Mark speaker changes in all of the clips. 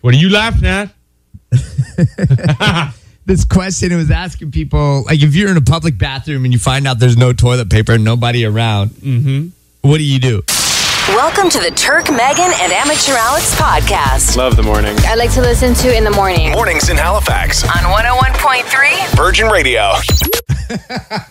Speaker 1: What are you laughing at?
Speaker 2: this question. It was asking people like if you're in a public bathroom and you find out there's no toilet paper and nobody around,
Speaker 1: Mm-hmm.
Speaker 2: what do you do?
Speaker 3: Welcome to the Turk, Megan, and Amateur Alex podcast.
Speaker 4: Love the morning.
Speaker 5: I like to listen to in the morning.
Speaker 6: Mornings in Halifax.
Speaker 3: On 101.3,
Speaker 6: Virgin Radio.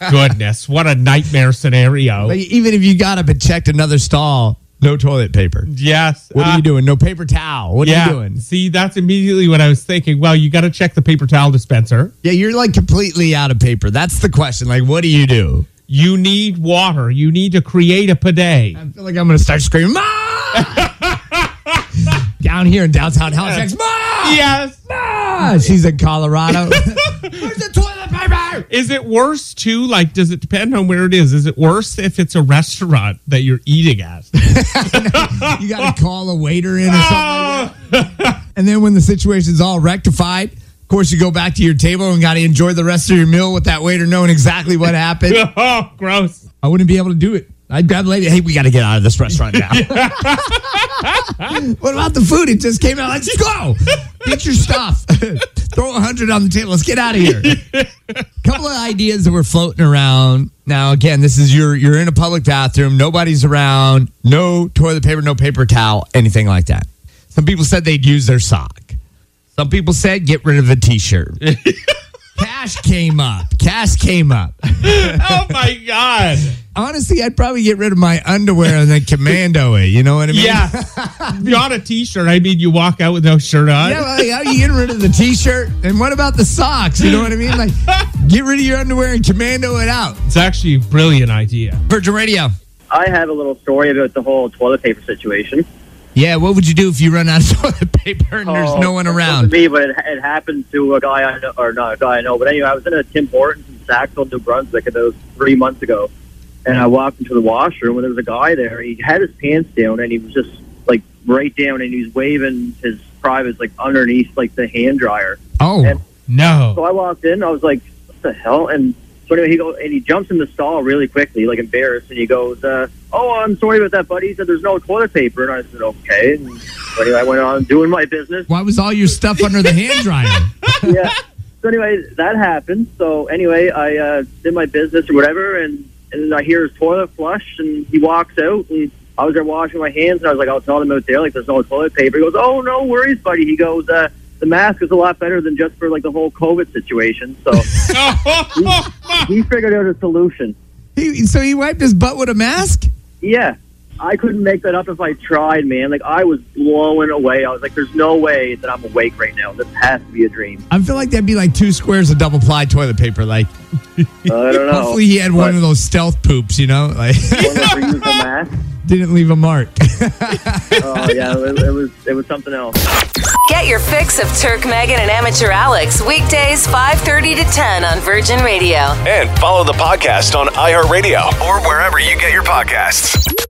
Speaker 1: Goodness, what a nightmare scenario.
Speaker 2: Like even if you got up and checked another stall, no toilet paper.
Speaker 1: Yes.
Speaker 2: What are
Speaker 1: uh,
Speaker 2: you doing? No paper towel. What
Speaker 1: yeah.
Speaker 2: are you doing?
Speaker 1: See, that's immediately what I was thinking. Well, you got to check the paper towel dispenser.
Speaker 2: Yeah, you're like completely out of paper. That's the question. Like, what do you do?
Speaker 1: You need water. You need to create a bidet.
Speaker 2: I feel like I'm gonna start screaming. "Ma!" Down here in downtown Halifax, Ma!
Speaker 1: Yes.
Speaker 2: Ma! She's in Colorado. Where's the toilet paper?
Speaker 1: Is it worse too? Like, does it depend on where it is? Is it worse if it's a restaurant that you're eating at?
Speaker 2: You gotta call a waiter in or something.
Speaker 1: Oh,
Speaker 2: And then when the situation's all rectified, of course, you go back to your table and got to enjoy the rest of your meal with that waiter knowing exactly what happened.
Speaker 1: oh, gross.
Speaker 2: I wouldn't be able to do it. I'd grab the lady. Hey, we got to get out of this restaurant now. what about the food? It just came out. Let's go. Get your stuff. Throw a hundred on the table. Let's get out of here. Couple of ideas that were floating around. Now, again, this is your you're in a public bathroom. Nobody's around. No toilet paper. No paper towel. Anything like that. Some people said they'd use their sock. Some people said get rid of a t-shirt. Cash came up. Cash came up
Speaker 1: Oh my god.
Speaker 2: honestly, I'd probably get rid of my underwear and then commando it. You know what I mean?
Speaker 1: Yeah. Not a t-shirt. I mean, you walk out with no shirt on.
Speaker 2: Yeah, like, how you get rid of the t-shirt? And what about the socks? You know what I mean? Like, get rid of your underwear and commando it out.
Speaker 1: It's actually a brilliant idea.
Speaker 2: Virgin Radio.
Speaker 7: I have a little story about the whole toilet paper situation.
Speaker 2: Yeah, what would you do if you run out of toilet paper and there's
Speaker 7: Oh,
Speaker 2: no one
Speaker 7: it wasn't
Speaker 2: around?
Speaker 7: Me, but it, it happened to a guy I know, or not a guy I know, but anyway, I was in a Tim Hortons in Saxville, New Brunswick, and that was three months ago. And I walked into the washroom, and there was a guy there. He had his pants down, and he was just like right down, and he was waving his privates like underneath like the hand dryer.
Speaker 2: Oh,
Speaker 1: No.
Speaker 7: So I walked in, I was like, "What the hell?" And so anyway, he goes and he jumps in the stall really quickly, like embarrassed, and he goes, uh, "Oh, I'm sorry about that, buddy." He said, "There's no toilet paper," and I said, "Okay." And so anyway, I went on doing my business.
Speaker 2: why was all your stuff under the hand dryer?
Speaker 7: yeah. So anyway, that happened. So anyway, I uh, did my business or whatever, and and I hear his toilet flush, and he walks out, and I was there washing my hands, and I was like, I'll tell him out there, like there's no toilet paper. He goes, Oh, no worries, buddy. He goes, uh, The mask is a lot better than just for like the whole COVID situation. So he figured out a solution.
Speaker 2: He, so he wiped his butt with a mask?
Speaker 7: Yeah. I couldn't make that up if I tried, man. Like I was blown away. I was like, "There's no way that I'm awake right now. This has to be a dream."
Speaker 2: I feel like that'd be like two squares of double ply toilet paper. Like,
Speaker 7: I don't know.
Speaker 2: hopefully he had one of those stealth poops, you know? Like,
Speaker 7: One of those reusable masks.
Speaker 2: didn't leave a mark.
Speaker 7: Oh yeah, it, it was it was something else.
Speaker 3: get your fix of Turk, Megan, and Amateur Alex weekdays 5.30 to 10 on Virgin Radio.
Speaker 6: And follow the podcast on iHeartRadio or wherever you get your podcasts.